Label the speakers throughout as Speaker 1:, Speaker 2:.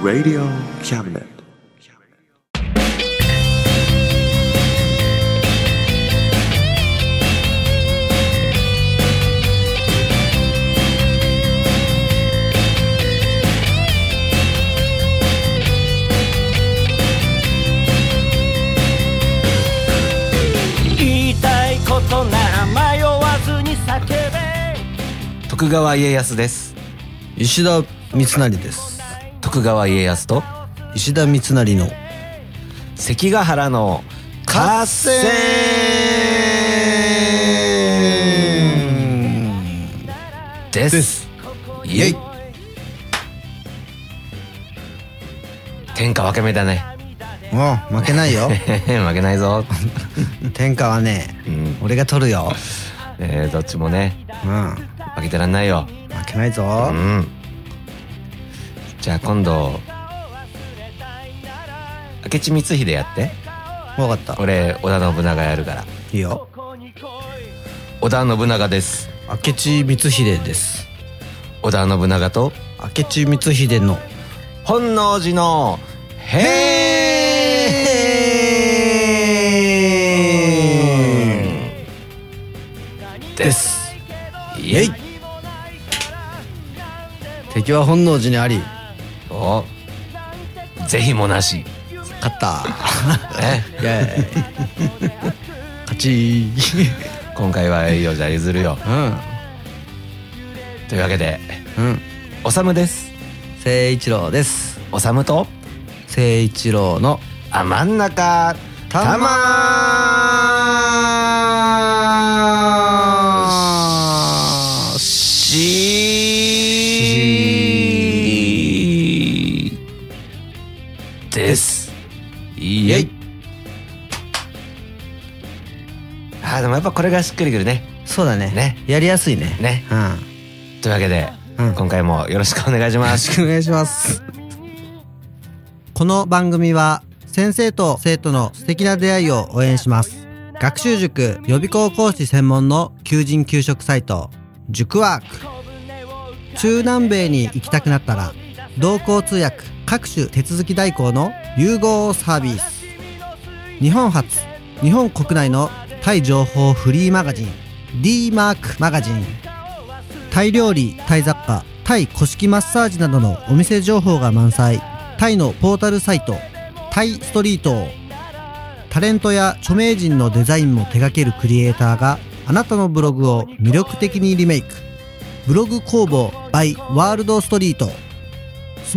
Speaker 1: Radio Cabinet.
Speaker 2: 言いたいことなら迷わずに叫べ
Speaker 3: 徳川家康です
Speaker 4: 石田三成です
Speaker 3: 徳川家康と
Speaker 4: 石田三成の
Speaker 3: 関ヶ原の合戦です
Speaker 4: です
Speaker 3: イエイ天下分け目だね
Speaker 4: もう負けないよ
Speaker 3: 負けないぞ、
Speaker 4: 天下はね
Speaker 3: うん
Speaker 4: 俺が取るよ
Speaker 3: えーどっちもね
Speaker 4: うん
Speaker 3: 負けてらんないよ
Speaker 4: 負けないぞ、
Speaker 3: うんじゃあ今度明智光秀やって
Speaker 4: 分かった
Speaker 3: 俺織田信長やるから
Speaker 4: いいよ
Speaker 3: 織田信長です
Speaker 4: 明智光秀です
Speaker 3: 織田信長と
Speaker 4: 明智光秀の
Speaker 3: 本能寺の変ですイエイ
Speaker 4: 敵は本能寺にあり
Speaker 3: おぜひもなし
Speaker 4: 勝った
Speaker 3: ね
Speaker 4: イエーイ勝ち
Speaker 3: 今回はいいよじゃあ譲るよ
Speaker 4: うん
Speaker 3: というわけで
Speaker 4: うん
Speaker 3: おさむです
Speaker 4: 誠一郎です
Speaker 3: おさむと
Speaker 4: 誠一郎の
Speaker 3: あ真ん中
Speaker 4: たま
Speaker 3: ましですイエイあーでもやっぱこれがしっくりくるね
Speaker 4: そうだね
Speaker 3: ね
Speaker 4: やりやすいね
Speaker 3: ね
Speaker 4: うんよ
Speaker 3: というわけで、
Speaker 4: うん
Speaker 3: 今回もよろしくお願いしま
Speaker 4: ろ
Speaker 3: す
Speaker 4: しくお願いしますこの番組は先生と生徒の素敵な出会いを応援します学習塾予備校講師専門の求人求職サイト塾ワーク中南米に行きたくなったら同行通訳各種手続き代行の融合サービス日本初日本国内のタイ情報フリーマガジン d マークマガジンタイ料理、タイ雑貨、タイ古式マッサージなどのお店情報が満載。タイのポータルサイト、タイストリート。タレントや著名人のデザインも手掛けるクリエイターがあなたのブログを魅力的にリメイク。ブログ工房 by ワールドストリート。ス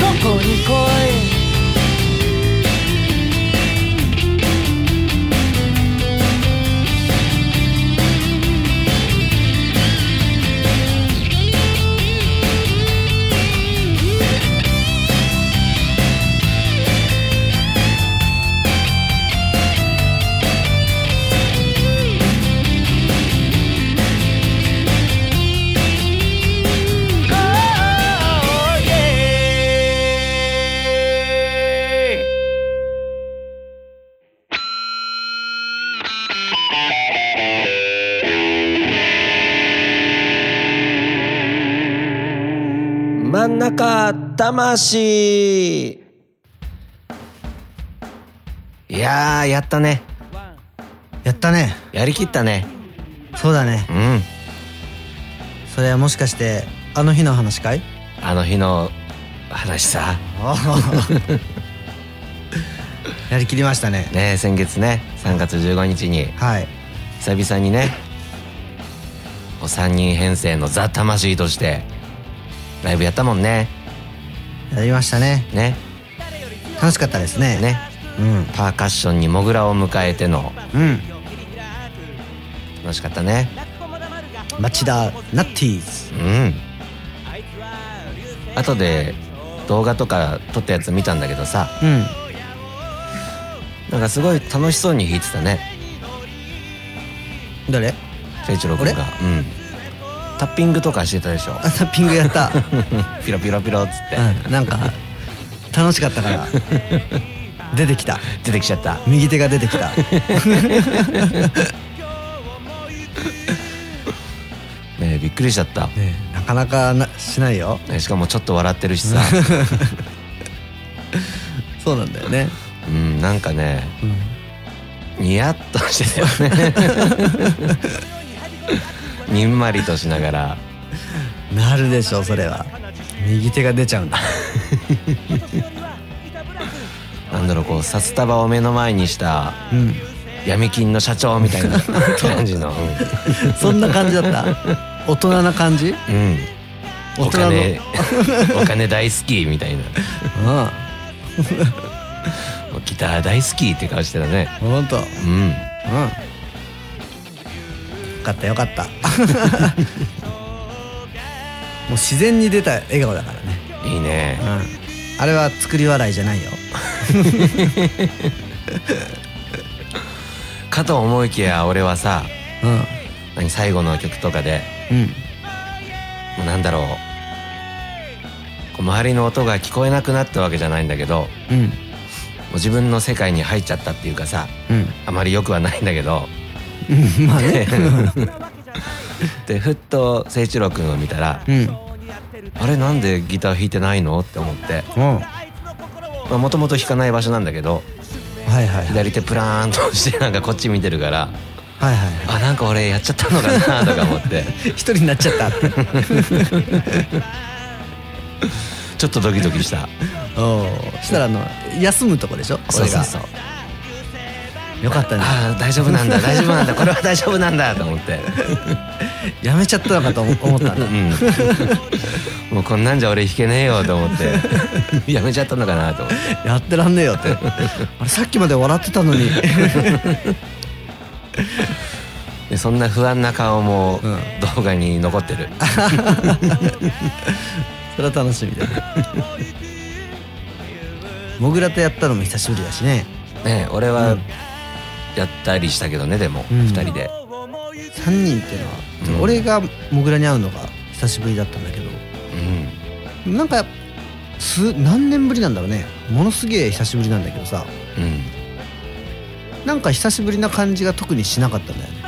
Speaker 2: どこに来い
Speaker 3: 真ん中魂いやーやったね
Speaker 4: やったね
Speaker 3: やりきったね
Speaker 4: そうだね
Speaker 3: うん
Speaker 4: それはもしかしてあの日の話 かい
Speaker 3: あの日の話さ
Speaker 4: やりきりましたね
Speaker 3: ね先月ね3月15日に
Speaker 4: はい
Speaker 3: 久々にねこう3人編成の「ザ・魂」としてライブやったもんね
Speaker 4: やりましたね
Speaker 3: ね
Speaker 4: 楽しかったですね
Speaker 3: ね
Speaker 4: うん
Speaker 3: パーカッションにモグラを迎えての
Speaker 4: うん
Speaker 3: 楽しかったね
Speaker 4: 町田ナッティーズ
Speaker 3: うん後で動画とか撮ったやつ見たんだけどさ
Speaker 4: うん
Speaker 3: なんかすごい楽しそうに弾いてたね
Speaker 4: 誰
Speaker 3: 誠一郎君がうんタッピングとかしてたでしょ
Speaker 4: あタッピングやった、
Speaker 3: ピロピロピロっつって、
Speaker 4: うん、なんか楽しかったから出てきた
Speaker 3: 出てきちゃった
Speaker 4: 右手が出てきた
Speaker 3: ねえびっくりしちゃった、
Speaker 4: ねなかなかなしないよ
Speaker 3: ねしかもちょっと笑ってるし さ
Speaker 4: そうなんだよね、
Speaker 3: うんなんかね
Speaker 4: うん、
Speaker 3: ニヤッとしてたよね にんまりとしながら
Speaker 4: なるでしょそれは右手が出ちゃうんだ
Speaker 3: なんだろうこう札束を目の前にした
Speaker 4: うん
Speaker 3: 闇金の社長みたいな 感じの、
Speaker 4: そんな感じだった大人な感じ
Speaker 3: うんうん
Speaker 4: 大
Speaker 3: お
Speaker 4: 人の
Speaker 3: 金お金 大好きみたいな
Speaker 4: うん
Speaker 3: もうギター大好きって顔してたね
Speaker 4: ほんとうん
Speaker 3: うん
Speaker 4: よかったよかった もう自然に出た笑顔だからね
Speaker 3: いいね
Speaker 4: うんあれは作り笑いじゃないよ
Speaker 3: かと思いきや俺はさ
Speaker 4: う
Speaker 3: 何最後の曲とかで
Speaker 4: んうん
Speaker 3: もうなんだろうこう周りの音が聞こえなくなったわけじゃないんだけども
Speaker 4: うん
Speaker 3: う自分の世界に入っちゃったっていうかさあまり良くはないんだけど
Speaker 4: うん まあね
Speaker 3: でふっと誠一郎君を見たら
Speaker 4: うん
Speaker 3: 「あれなんでギター弾いてないの?」って思って
Speaker 4: うん
Speaker 3: もともと弾かない場所なんだけど
Speaker 4: はいはいはい
Speaker 3: 左手プラーンとしてなんかこっち見てるから
Speaker 4: はいはい
Speaker 3: あなんか俺やっちゃったのかなとか思って
Speaker 4: 一人になっちゃったって
Speaker 3: ちょっとドキドキした
Speaker 4: おーしたらあの休むとこでしょ
Speaker 3: そうそうそう
Speaker 4: うよかったね
Speaker 3: あー大丈夫なんだ大丈夫なんだこれは大丈夫なんだと思って
Speaker 4: やめちゃったのかと思思ったん だ
Speaker 3: うん もうこんなんじゃ俺弾けねえよと思ってやめちゃったのかなと思って
Speaker 4: やってらんねえよってあれさっきまで笑ってたのに
Speaker 3: でそんな不安な顔も
Speaker 4: うん
Speaker 3: 動画に残ってる、
Speaker 4: それは楽しみだねモグラとやったのも久しぶりだしね
Speaker 3: ね俺はやったりしたけどねでも、
Speaker 4: う
Speaker 3: 二
Speaker 4: ん
Speaker 3: 2人で
Speaker 4: 3人っていうのは、
Speaker 3: うん
Speaker 4: 俺がモグラに会うのが久しぶりだったんだけ
Speaker 3: うん
Speaker 4: どなんかす何年ぶりなんだろうねものすげえ久しぶりなんだけどさ
Speaker 3: うん
Speaker 4: なんか久しぶりな感じが特にしなかったんだよね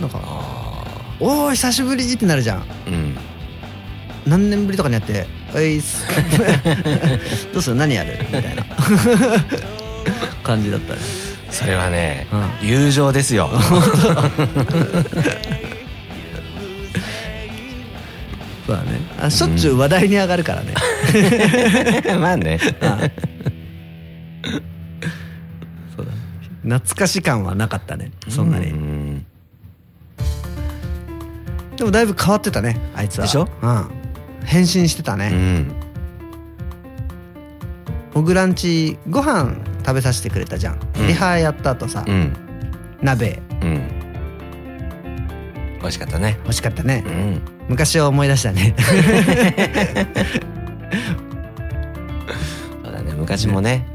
Speaker 4: なんか
Speaker 3: あ
Speaker 4: 「おー久しぶり!」ってなるじゃん
Speaker 3: ーうん
Speaker 4: 何年ぶりとかにやって「おいっ す」どうする何やるみたいな感じだったね
Speaker 3: それはね、友情ですよ
Speaker 4: そうだねあしょっちゅう話題に上がるからね、
Speaker 3: まあね
Speaker 4: そうだね懐かし感はなかったねそんなに、
Speaker 3: うん
Speaker 4: でもだいぶ変わってたねあいつは
Speaker 3: でしょ
Speaker 4: うん変身してた
Speaker 3: う
Speaker 4: ね
Speaker 3: ん
Speaker 4: モグランチご飯食べさせてくれたじゃん、
Speaker 3: うん
Speaker 4: リハやった後さ、
Speaker 3: うん
Speaker 4: 鍋
Speaker 3: うん美味しかったね
Speaker 4: 美味しかったね
Speaker 3: うん
Speaker 4: 昔を思い出した ね
Speaker 3: そうだね昔もね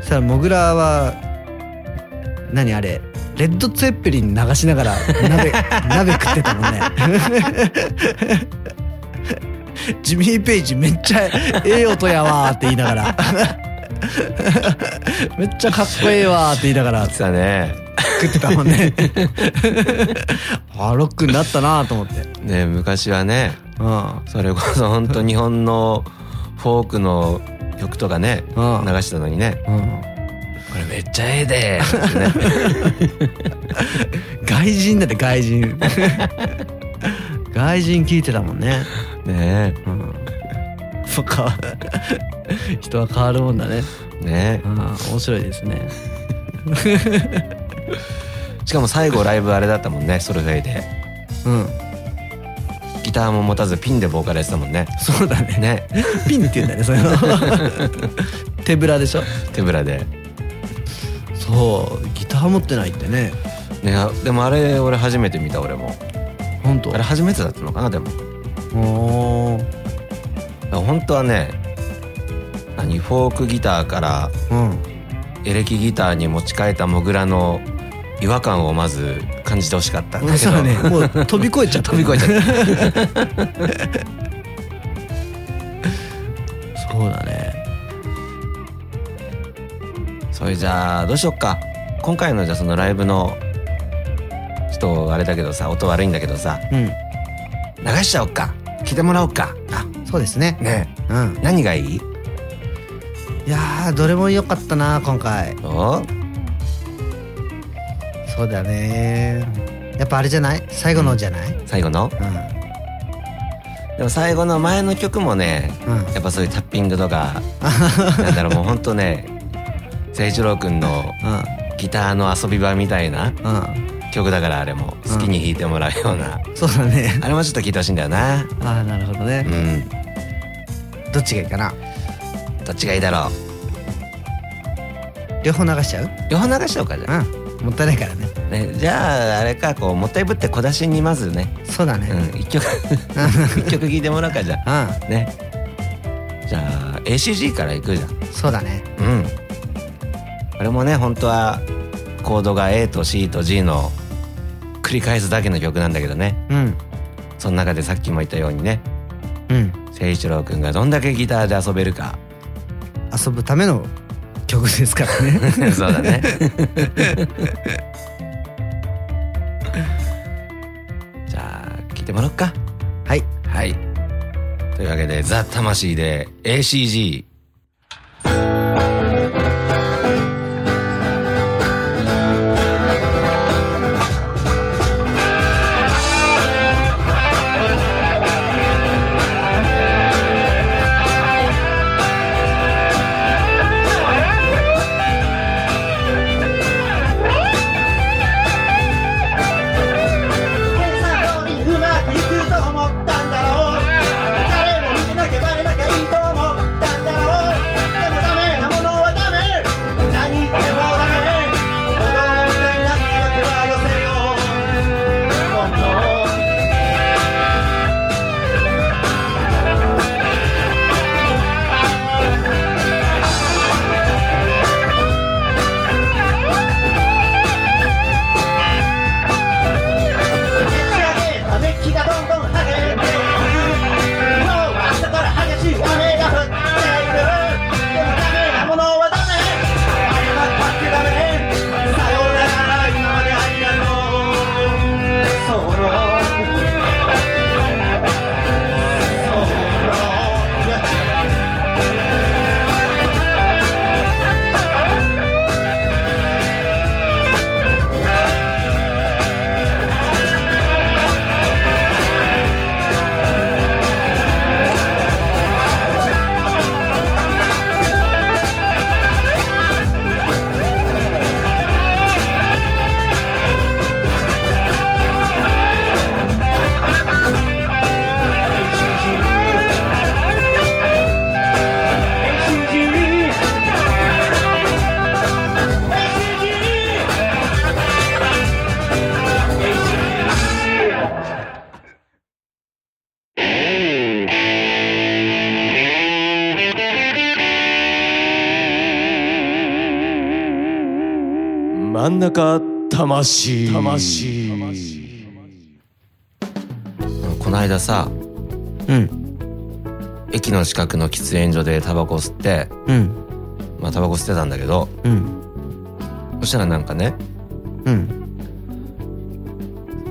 Speaker 4: そしたらモグラは何あれレッドツェッペリン流しながら 鍋鍋食ってたもんね ジミー・ペイジめっちゃええ音やわーって言いながら めっちゃかっこええわーって言いながら
Speaker 3: 実はね
Speaker 4: 食ってたもん ねあロックになったなと思って
Speaker 3: ね昔はね
Speaker 4: うん
Speaker 3: それこそ本当日本のフォークの曲とかね流
Speaker 4: うん
Speaker 3: してたのにね
Speaker 4: うん
Speaker 3: 「これめっちゃええで」ってね
Speaker 4: 外人だって外 人外人聞いてたもんね
Speaker 3: ね
Speaker 4: うんそっか人は変わるもんだね
Speaker 3: えね
Speaker 4: うん面白いですね
Speaker 3: えしかも最後ライブあれだったもんねソルフェイで
Speaker 4: うん
Speaker 3: ギターも持たずピンでボーカルやってたもんね
Speaker 4: そうだね
Speaker 3: ね
Speaker 4: ピンって言うんだねそれを 手ぶらでしょ
Speaker 3: 手ぶらで。
Speaker 4: そうギター持ってないってね
Speaker 3: ね、あでもあれ俺初めて見た俺も
Speaker 4: 本当
Speaker 3: あれ初めてだったのかなでもだか
Speaker 4: おー
Speaker 3: ら本当はね何フォークギターから
Speaker 4: うん
Speaker 3: エレキギターに持ち替えたモグラの違和感をまず感じてほしかったんだけど
Speaker 4: そうねもう飛び越えちゃった
Speaker 3: 飛び越えちゃった
Speaker 4: そうだね
Speaker 3: それじゃあどうしよっか今回のじゃあそのライブのちょっとあれだけどさ音悪いんだけどさ
Speaker 4: う
Speaker 3: 流しちゃおっか聞いてもらおっかあ
Speaker 4: んそうですね
Speaker 3: ねえ
Speaker 4: うん
Speaker 3: 何がいい
Speaker 4: いやーどれも良かったな今回
Speaker 3: お
Speaker 4: そうだねやっぱあれじゃない最後のじゃない
Speaker 3: 最後の
Speaker 4: う
Speaker 3: でも最後の前の曲もね
Speaker 4: んうん
Speaker 3: やっぱそういうタッピング とかなんだろうもうほんとね誠一郎君の
Speaker 4: う
Speaker 3: ギターの遊び場みたいなん
Speaker 4: うん
Speaker 3: 曲だからあれも好きに弾いてもらうような、
Speaker 4: そうだね
Speaker 3: あれもちょっと聴いてほしいんだよな
Speaker 4: ああなるほどね
Speaker 3: うん
Speaker 4: どっちがいいかな
Speaker 3: どっちがいいだろう
Speaker 4: 両方流しちゃう
Speaker 3: 両方流しちゃおうかじゃ
Speaker 4: うんもったいないからね
Speaker 3: あ、ね、じゃああれかこうもったいぶって小出しにまずね、
Speaker 4: そうだ
Speaker 3: う
Speaker 4: ね
Speaker 3: ん、一曲一曲聴いてもらおうかじゃ
Speaker 4: う
Speaker 3: あねじゃあ ACG からいくじゃん
Speaker 4: んそうだね
Speaker 3: うんこれもね本当はコードが A と C と G の繰り返すだけの曲なんだけどね
Speaker 4: うん
Speaker 3: その中でさっきも言ったようにね
Speaker 4: うん
Speaker 3: 誠一郎くんがどんだけギターで遊べるか
Speaker 4: 遊ぶための曲ですから ね
Speaker 3: そうだねじゃあ聞いてもらおっか
Speaker 4: はい
Speaker 3: はいというわけで「ザ・魂」で ACG
Speaker 5: さ通りうまくいくと思ったんだろう誰も見なきゃバレなきゃいいと思ったんだろうでもダメなものはダメ何言ってもダメ踊られなきゃ手は寄せよう本当打ち上げたメッキがどんどん剥げていく今日は朝から激しい雨が降っているでもダメなものはダメあれば勝手ダメさようなら今までありがとうソロソロ
Speaker 2: 真ん中魂魂
Speaker 3: うんこの間さ
Speaker 4: うん
Speaker 3: 駅の近くの喫煙所でタバコ吸って
Speaker 4: うん
Speaker 3: まあタバコ吸ってたんだけど
Speaker 4: うん
Speaker 3: そしたらなんかね
Speaker 4: うん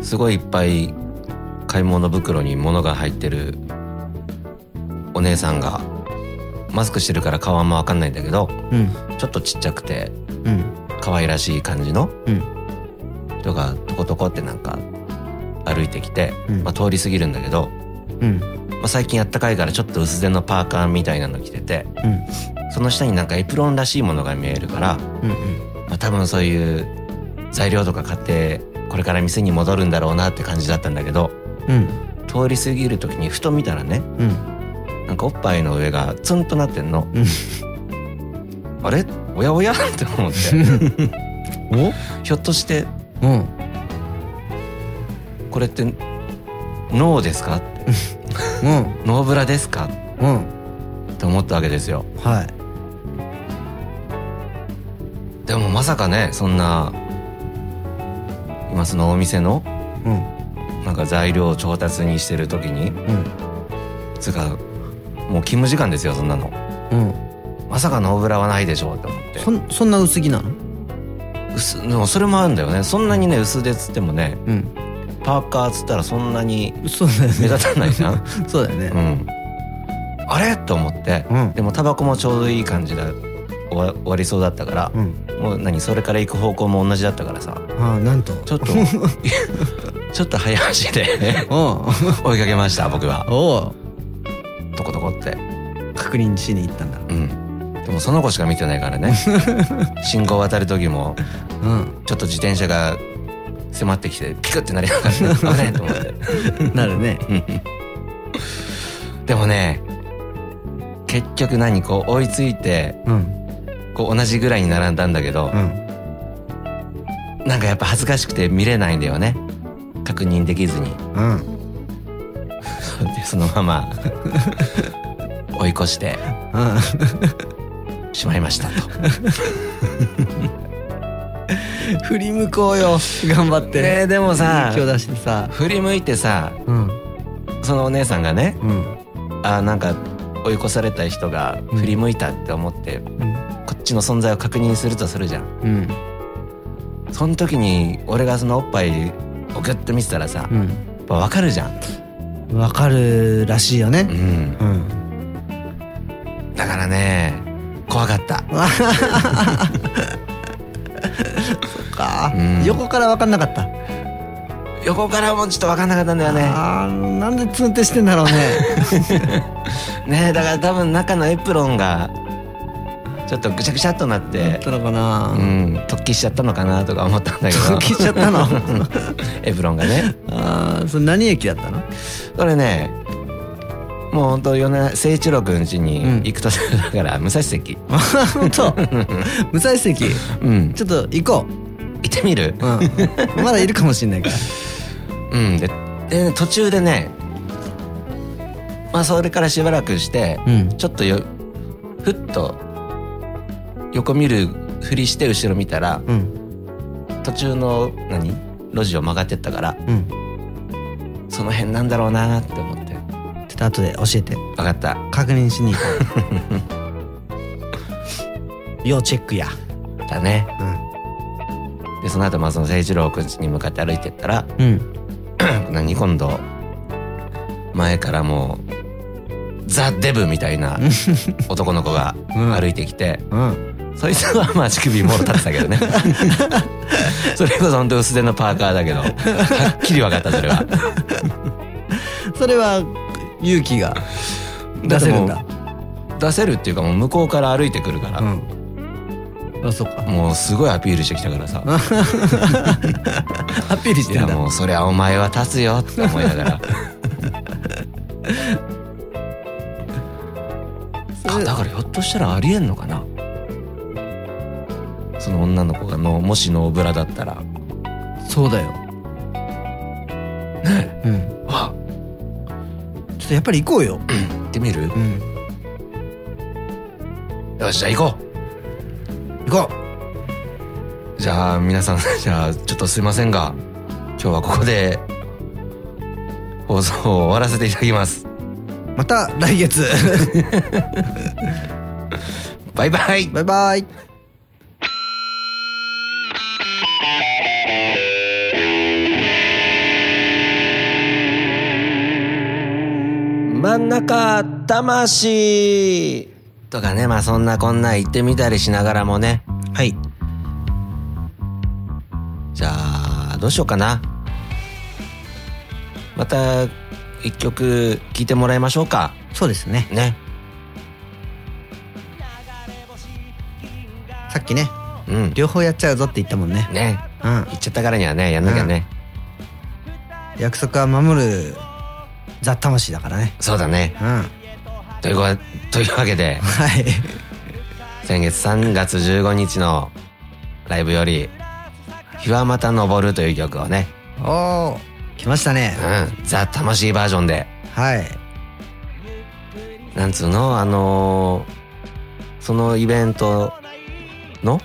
Speaker 3: すごいいっぱい買い物袋に物が入ってるお姉さんがマスクしてるから顔あんま分かんないんだけど
Speaker 4: うん
Speaker 3: ちょっとちっちゃくて
Speaker 4: うん
Speaker 3: 可愛らしい感じの
Speaker 4: うん
Speaker 3: 人がトコトコってなんか歩いてきて、
Speaker 4: うん
Speaker 3: まあ、通り過ぎるんだけど、
Speaker 4: うん
Speaker 3: まあ、最近あったかいからちょっと薄手のパーカーみたいなの着ててその下になんかエプロンらしいものが見えるから、
Speaker 4: うん
Speaker 3: まあ、多分そういう材料とか買ってこれから店に戻るんだろうなって感じだったんだけど
Speaker 4: うん
Speaker 3: 通り過ぎる時にふと見たらね
Speaker 4: うん
Speaker 3: なんかおっぱいの上がツンとなってんの
Speaker 4: うん
Speaker 3: あれおやおやって思ってひょっとして
Speaker 4: おうん
Speaker 3: これってノーですか
Speaker 4: うん
Speaker 3: ノーブラですか
Speaker 4: うん
Speaker 3: って思ったわけですよ
Speaker 4: はい
Speaker 3: でもまさかねそんな今そのお店の
Speaker 4: うん
Speaker 3: なんか材料を調達にしてる時に
Speaker 4: うん
Speaker 3: つうかもう勤務時間ですよそんなの
Speaker 4: うん
Speaker 3: まさかノーブラはないでしょうと思って
Speaker 4: そんそんな薄着なの
Speaker 3: 薄でもそれもあるんだよねそんなにね薄手っつってもね
Speaker 4: うん
Speaker 3: パーカーっつったらそんなに
Speaker 4: そうだよ
Speaker 3: 目
Speaker 4: ね
Speaker 3: 立たないじゃん
Speaker 4: そうだよね
Speaker 3: うんあれと思って
Speaker 4: うん
Speaker 3: でもタバコもちょうどいい感じで終わ終わりそうだったから
Speaker 4: うん
Speaker 3: もう何それから行く方向も同じだったからさ
Speaker 4: ああなんと
Speaker 3: ち ょっとちょっと早足で
Speaker 4: お
Speaker 3: 追いかけました僕は
Speaker 4: お
Speaker 3: トコトコって
Speaker 4: 確認しに行ったんだ
Speaker 3: うんでもその子しか見てない からね信号渡る時も
Speaker 4: う
Speaker 3: ちょっと自転車が迫ってきてピクってなりながら ね危ないと思って
Speaker 4: んなるね
Speaker 3: でもね結局何こう追いついて
Speaker 4: うん
Speaker 3: こう同じぐらいに並んだんだけど
Speaker 4: う、ん
Speaker 3: なんかやっぱ恥ずかしくて見れないんだよね確認できずに
Speaker 4: うん
Speaker 3: でそのま ま追い越して
Speaker 4: うん
Speaker 3: しまいましたと。
Speaker 4: 振り向こうよ頑張って、
Speaker 3: ねえでもさ
Speaker 4: 勇気を出してさ
Speaker 3: 振り向いてさ
Speaker 4: うん
Speaker 3: そのお姉さんがね
Speaker 4: うん
Speaker 3: あーなんか追い越された人が振り向いたって思って、
Speaker 4: うん
Speaker 3: こっちの存在を確認するとするじゃん
Speaker 4: うん
Speaker 3: その時に俺がそのおっぱいをグッと見てたらさ、
Speaker 4: う
Speaker 3: や
Speaker 4: ん
Speaker 3: っぱ分かるじゃん、
Speaker 4: わかるらしいよ
Speaker 3: う
Speaker 4: ね
Speaker 3: ん、
Speaker 4: うん
Speaker 3: だからね怖 かった
Speaker 4: か、
Speaker 3: うん
Speaker 4: 横からわかんなかった
Speaker 3: 横からもちょっと分かんなかったんだよね
Speaker 4: あーなんでツンってしてんだろうね
Speaker 3: ねだから多分中のエプロンがちょっとぐちゃぐちゃっとなっ
Speaker 4: だ
Speaker 3: て
Speaker 4: ったのかな、
Speaker 3: うん突起しちゃったのかなとか思ったんだけど
Speaker 4: 聞いちゃ ったの
Speaker 3: エプロンがね
Speaker 4: あーそれ何駅だったの
Speaker 3: これねもうほんと米誠一郎君家に行くとするだから、武蔵関
Speaker 4: あ本 当武蔵関
Speaker 3: うん
Speaker 4: ちょっと行こ
Speaker 3: 行ってみる
Speaker 4: う、うん、まだいるかもしんないから
Speaker 3: うんででね途中でねまあそれからしばらくして、
Speaker 4: うん
Speaker 3: ちょっとよふっと横見るふりして後ろ見たら
Speaker 4: うん
Speaker 3: 途中の何路地を曲がってったから
Speaker 4: うんちょ
Speaker 3: その辺なんだろうなって思って
Speaker 4: っと後で教えて
Speaker 3: 分かった
Speaker 4: 確認しに行こう要チェックや
Speaker 3: だねでその後まあその誠一郎君家に向かって歩いてったら
Speaker 4: うんうん
Speaker 3: 何今度前からもうザ・デブみたいな男の子が
Speaker 4: うん
Speaker 3: 歩いてきて、
Speaker 4: うん
Speaker 3: そいつはまあ乳首もろ立ってたけど ねそれこそ本当薄手のパーカーだけどはっきり分かったそれは
Speaker 4: それは勇気が出せるんだ
Speaker 3: 出せるっていうかもう向こうから歩いてくるから、
Speaker 4: うんあそっか
Speaker 3: もうすごいアピールしてきたからさ
Speaker 4: アピールし
Speaker 3: い
Speaker 4: て
Speaker 3: や
Speaker 4: んだ
Speaker 3: もうそりゃお前は立つよって思いながら あだからひょっとしたらありえんのかなその女の子がのもしノーブラだったら
Speaker 4: そうだよ
Speaker 3: ね
Speaker 4: うん
Speaker 3: あ
Speaker 4: ちょっとやっぱり行こうよ
Speaker 3: 行ってみる、
Speaker 4: うん
Speaker 3: よしじゃあ行こう
Speaker 4: 行こ
Speaker 3: じゃあ皆さん じゃあちょっとすいませんが今日はここで放送を終わらせていただきます
Speaker 4: うまた来月
Speaker 3: バイバイ
Speaker 4: バイバイ
Speaker 3: 真ん中魂とかねまあそんなこんな行ってみたりしながらもね
Speaker 4: はい
Speaker 3: じゃあどうしようかなまた一曲聴いてもらいましょうか
Speaker 4: そうですね
Speaker 3: ね
Speaker 4: さっきね
Speaker 3: うん
Speaker 4: 両方やっちゃうぞって言ったもんね
Speaker 3: ね
Speaker 4: うん
Speaker 3: 行っちゃったからにはねやんなきゃね、
Speaker 4: 約束は守るザ・魂だからね
Speaker 3: そうだね
Speaker 4: うんは
Speaker 3: というわというわけで
Speaker 4: い
Speaker 3: 先月3月15日のライブより「日はまた昇る」という曲をね、
Speaker 4: おお来ましたね
Speaker 3: うん、ザ・魂バージョンで
Speaker 4: はい
Speaker 3: なんつうのあのーそのイベントの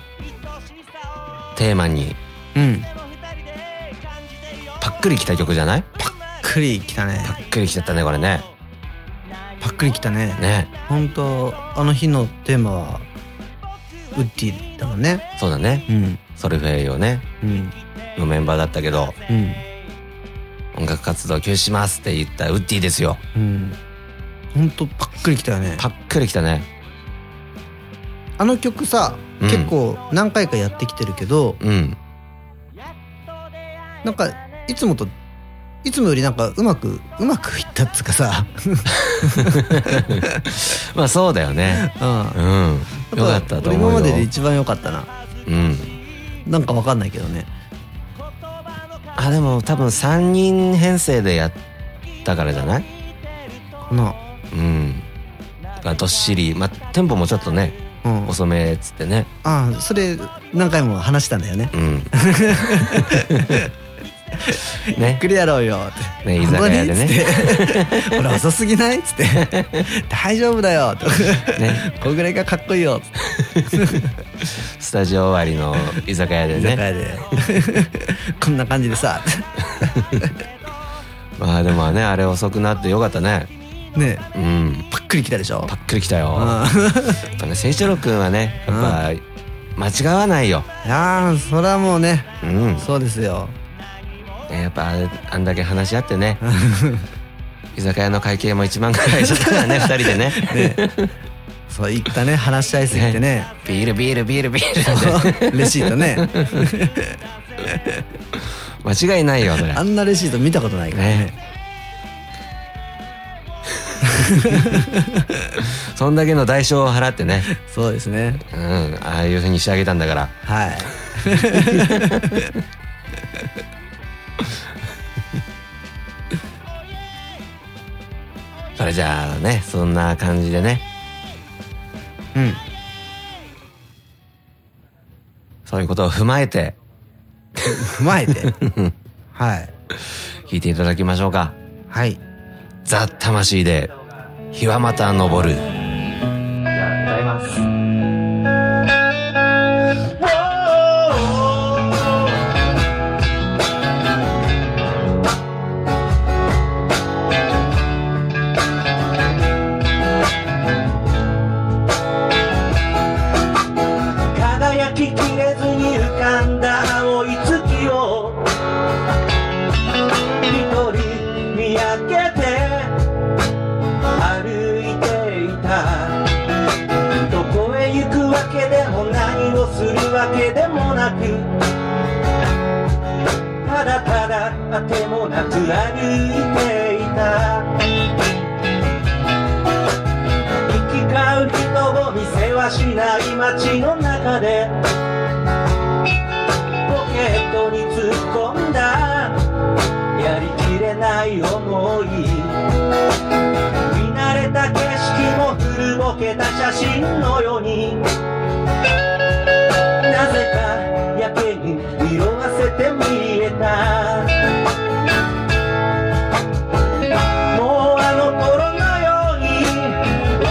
Speaker 3: テーマに
Speaker 4: うん
Speaker 3: パックリきた曲じゃない
Speaker 4: クリ来たね
Speaker 3: パックリきちゃったねこれね
Speaker 4: パックリ来たね
Speaker 3: ね
Speaker 4: 本当あの日のテーマはウッディだもんね
Speaker 3: そうだね
Speaker 4: うん
Speaker 3: ソルフェイをね
Speaker 4: うん
Speaker 3: のメンバーだったけど
Speaker 4: うん
Speaker 3: 音楽活動休止しますって言ったウッディですよ
Speaker 4: うん本当パックリ来たよね
Speaker 3: パックリきたね
Speaker 4: あの曲さ、
Speaker 3: うん
Speaker 4: 結構何回かやってきてるけど
Speaker 3: うん
Speaker 4: なんかいつもといつもよりなんかうまくうまくいったっつうかさ、
Speaker 3: まあそうだよね
Speaker 4: うん、
Speaker 3: うんよかったと思うよ
Speaker 4: 今までで一番良かったな
Speaker 3: うん
Speaker 4: なんかわかんないけどね
Speaker 3: あでも多分3人編成でやったからじゃない
Speaker 4: かな
Speaker 3: うんだからどっしりまあテンポもちょっとね
Speaker 4: うんあ
Speaker 3: 遅めっつってね
Speaker 4: あそれ何回も話したんだよね
Speaker 3: うん
Speaker 4: ゆっ
Speaker 3: ね
Speaker 4: くりやろうよって
Speaker 3: ね居酒屋でね
Speaker 4: 「俺遅すぎない?」っつって 「大丈夫だよ」 と
Speaker 3: ね
Speaker 4: 「これぐらいがかっこいいよ」って
Speaker 3: スタジオ終わりの居酒屋で
Speaker 4: 居酒
Speaker 3: ね
Speaker 4: 屋 でこんな感じでさ
Speaker 3: まあでもねあれ遅くなってよかったね
Speaker 4: ね
Speaker 3: うん
Speaker 4: パックリ来たでしょ
Speaker 3: パックリきたよや
Speaker 4: うん
Speaker 3: っぱね清志郎君はねやっぱ間違わないよ
Speaker 4: いやーそれはもうね
Speaker 3: うん
Speaker 4: そうですよ
Speaker 3: ねやっぱあれあんだけ話し合って ね居酒屋の会計も1万ぐらいしちゃった からね2人でね
Speaker 4: ねそういったね話し合いすぎてね
Speaker 3: ビールビールビールビー ル
Speaker 4: レシートね
Speaker 3: 間違いないよそれ
Speaker 4: あんなレシート見たことないからね
Speaker 3: そんだけの代償を払ってね
Speaker 4: そうですね
Speaker 3: うんああいうふうにしてあげたんだから
Speaker 4: はい
Speaker 3: それじゃあねそんな感じでね
Speaker 4: うん
Speaker 3: そういうことを踏まえて
Speaker 4: 踏まえ てはい
Speaker 3: 聞いていただきましょうか
Speaker 4: はい
Speaker 3: 「ザ・魂で日はまた昇る」
Speaker 5: 輝ききれずに浮かんだ青い月を一人見上げて歩いていたどこへ行くわけでも何をするわけでもなくただただあてもなく歩いていた行き交う人を見せはしない街の中でポケットに突っ込んだやりきれない思い見慣れた景色も古ぼけた写真のようになぜかやけに色あせて見えたもうあの頃のように若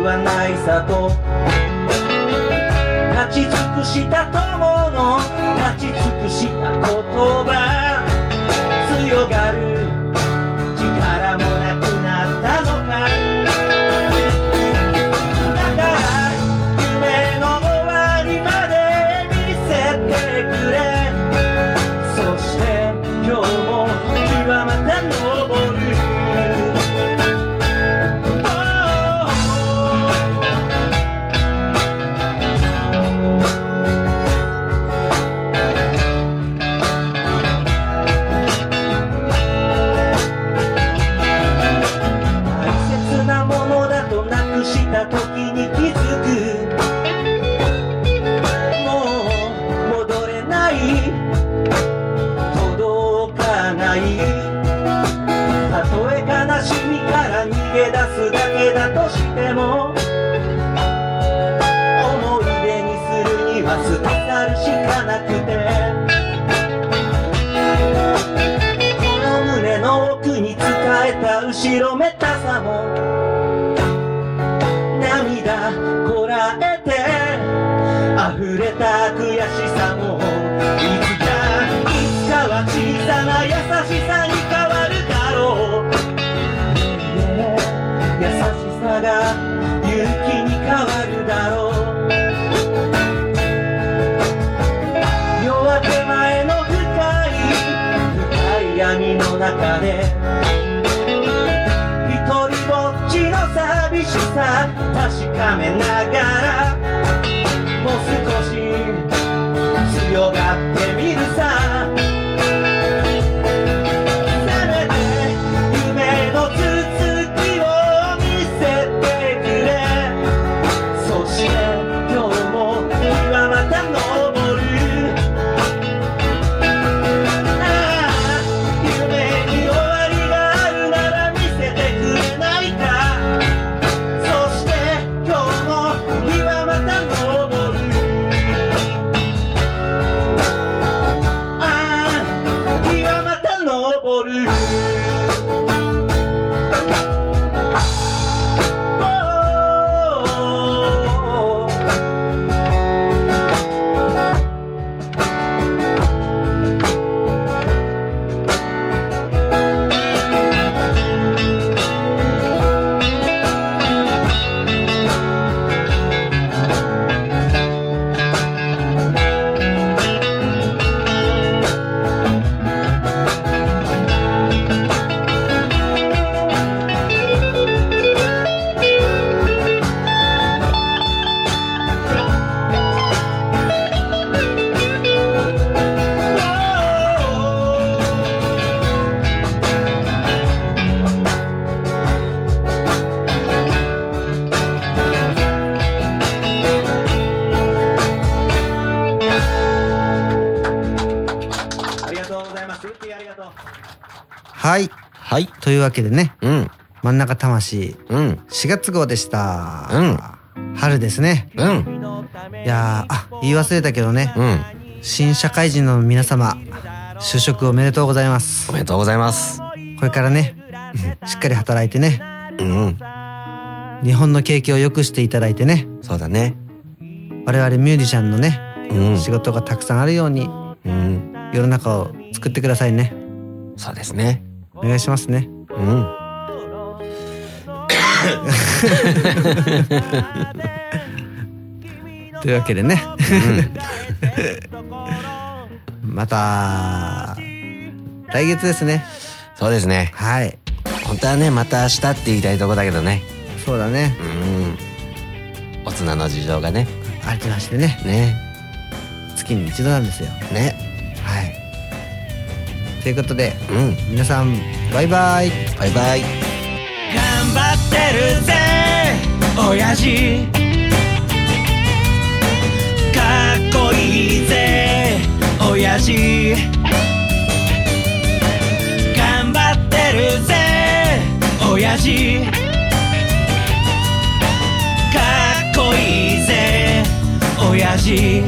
Speaker 5: くはないさと立ち尽くした友の立ち尽くした言葉強がる力もなくなったのかだから夢の終わりまで見せてくれそして今日も日はまた昇る Oh, oh, oh. 大切なものだとなくした時に気づくもう戻れない届かないたとえ悲しみから逃げ出すだけだとしても思い後ろめたさも涙こらえて溢れた悔しさもいつかいつかは小さな優しさに変わるだろう、ねえ優しさが勇気に変わるだろう夜明け前の深い深い闇の中で一人ぼっちの寂しさ確かめながらもう少し強がってみるさせめて夢の続きを見せてくれそして今日も日はまた昇る「夢に終わりがあるなら見せてくれないか」「そして今日も日はまた昇る」「ああ日はまた昇る」おーありがとうございます。ウッディありがとう。
Speaker 4: はい。
Speaker 3: はい。
Speaker 4: というわけでね、
Speaker 3: うん。
Speaker 4: 真ん中魂
Speaker 3: うん。
Speaker 4: 4月号でした。うん。春ですね。
Speaker 3: うん。
Speaker 4: いやー、あ、言い忘れたけどね、
Speaker 3: うん。
Speaker 4: 新社会人の皆様、就職おめでとうございます
Speaker 3: お。めでとうございます。
Speaker 4: これからね、 しっかり働いてね、
Speaker 3: うんうん。
Speaker 4: 日本の景気を良くしていただいてね、
Speaker 3: そうだね。
Speaker 4: 我々ミュージシャンのね、
Speaker 3: うん。
Speaker 4: 仕事がたくさんあるように、
Speaker 3: うん。
Speaker 4: 世の中を作ってくださいね。
Speaker 3: そうですね。
Speaker 4: お願いしますね。
Speaker 3: うん。
Speaker 4: というわけでね、 また、来月ですね。
Speaker 3: そうですね。
Speaker 4: はい。
Speaker 3: 本当はね、また明日って言いたいとこだけどね。
Speaker 4: そうだね。
Speaker 3: うん。おつなの事情がね。
Speaker 4: ありましてね、
Speaker 3: ね。
Speaker 4: 月に一度なんですよ。
Speaker 3: ね。
Speaker 4: はい。ということで、
Speaker 3: うん。
Speaker 4: 皆さん、バイバイ。
Speaker 3: バイバイ。
Speaker 2: 頑張ってるぜ親父かっこいいぜ親父頑張ってるぜ親父かっこいいぜ親父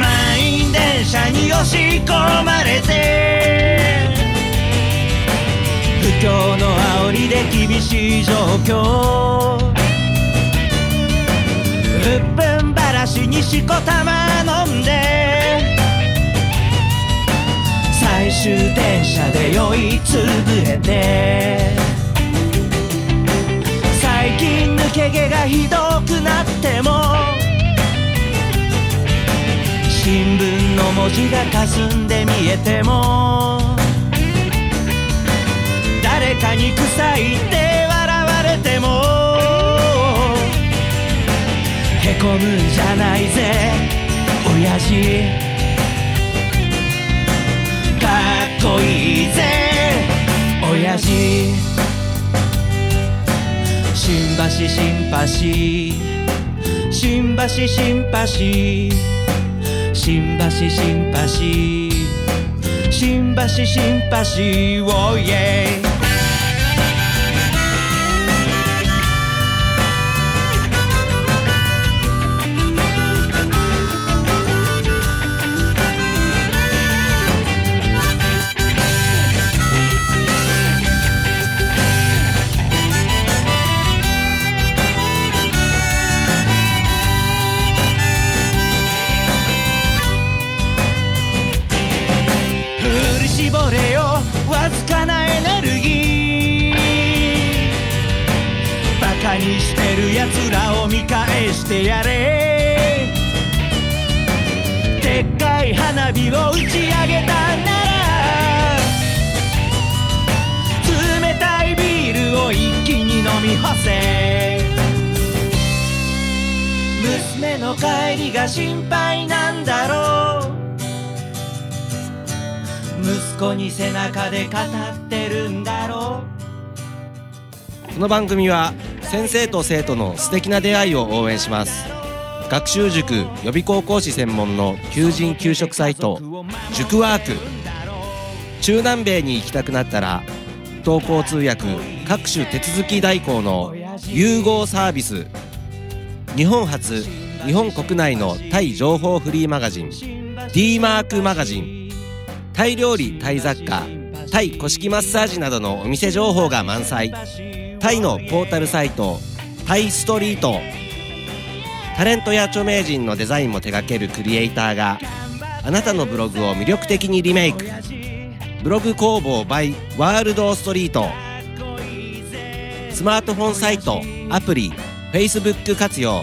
Speaker 2: 満員電車に押し込まれて不況の煽りで厳しい状況うっぷんばらしにしこたま飲んで最終電車で酔いつぶれて最近抜け毛がひどくなっても新聞の文字が霞んで見えても誰かに臭いって笑われてもへこむんじゃないぜ親父かっこいいぜ親父新橋新橋新橋新橋新橋新橋新橋新橋をイエ
Speaker 6: 「
Speaker 2: イギーバカにしてるやつらを見返してやれでっかい花火を打ち上げたなら冷たいビールを一気に飲み干せ娘の帰りが心配なんだろう息子に背中で語ってるんだろう
Speaker 3: この番組は先生と生徒の素敵な出会いを応援します学習塾予備高校師専門の求人・給食サイト塾ワーク中南米に行きたくなったら同行通訳各種手続き代行の融合サービス日本初日本国内のタイ情報フリーマガジン D マークマガジンタイ料理タイ雑貨タイ古式マッサージなどのお店情報が満載タイのポータルサイトタイストリートタレントや著名人のデザインも手掛けるクリエイターがあなたのブログを魅力的にリメイクブログ工房 by ワールドストリートスマートフォンサイトアプリ Facebook 活用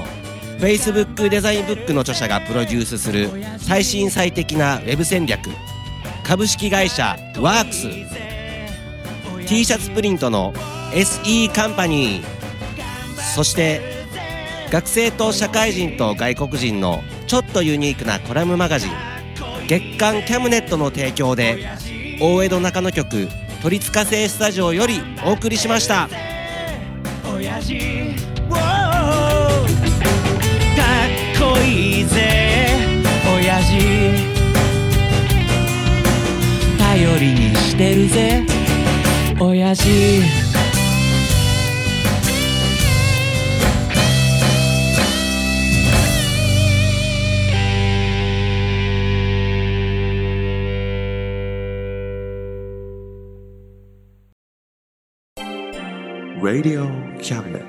Speaker 3: Facebook デザインブックの著者がプロデュースする最新最適なウェブ戦略株式会社ワークス t シャツプリントの SE カンパニーそして学生と社会人と外国人のちょっとユニークなコラムマガジン月刊キャムネットの提供で大江戸中野局「鳥塚製スタジオ」よりお送りしました。
Speaker 2: 親父 Wow かっこいいぜ親父頼りにしてるぜ親父
Speaker 7: ラディオキャビネット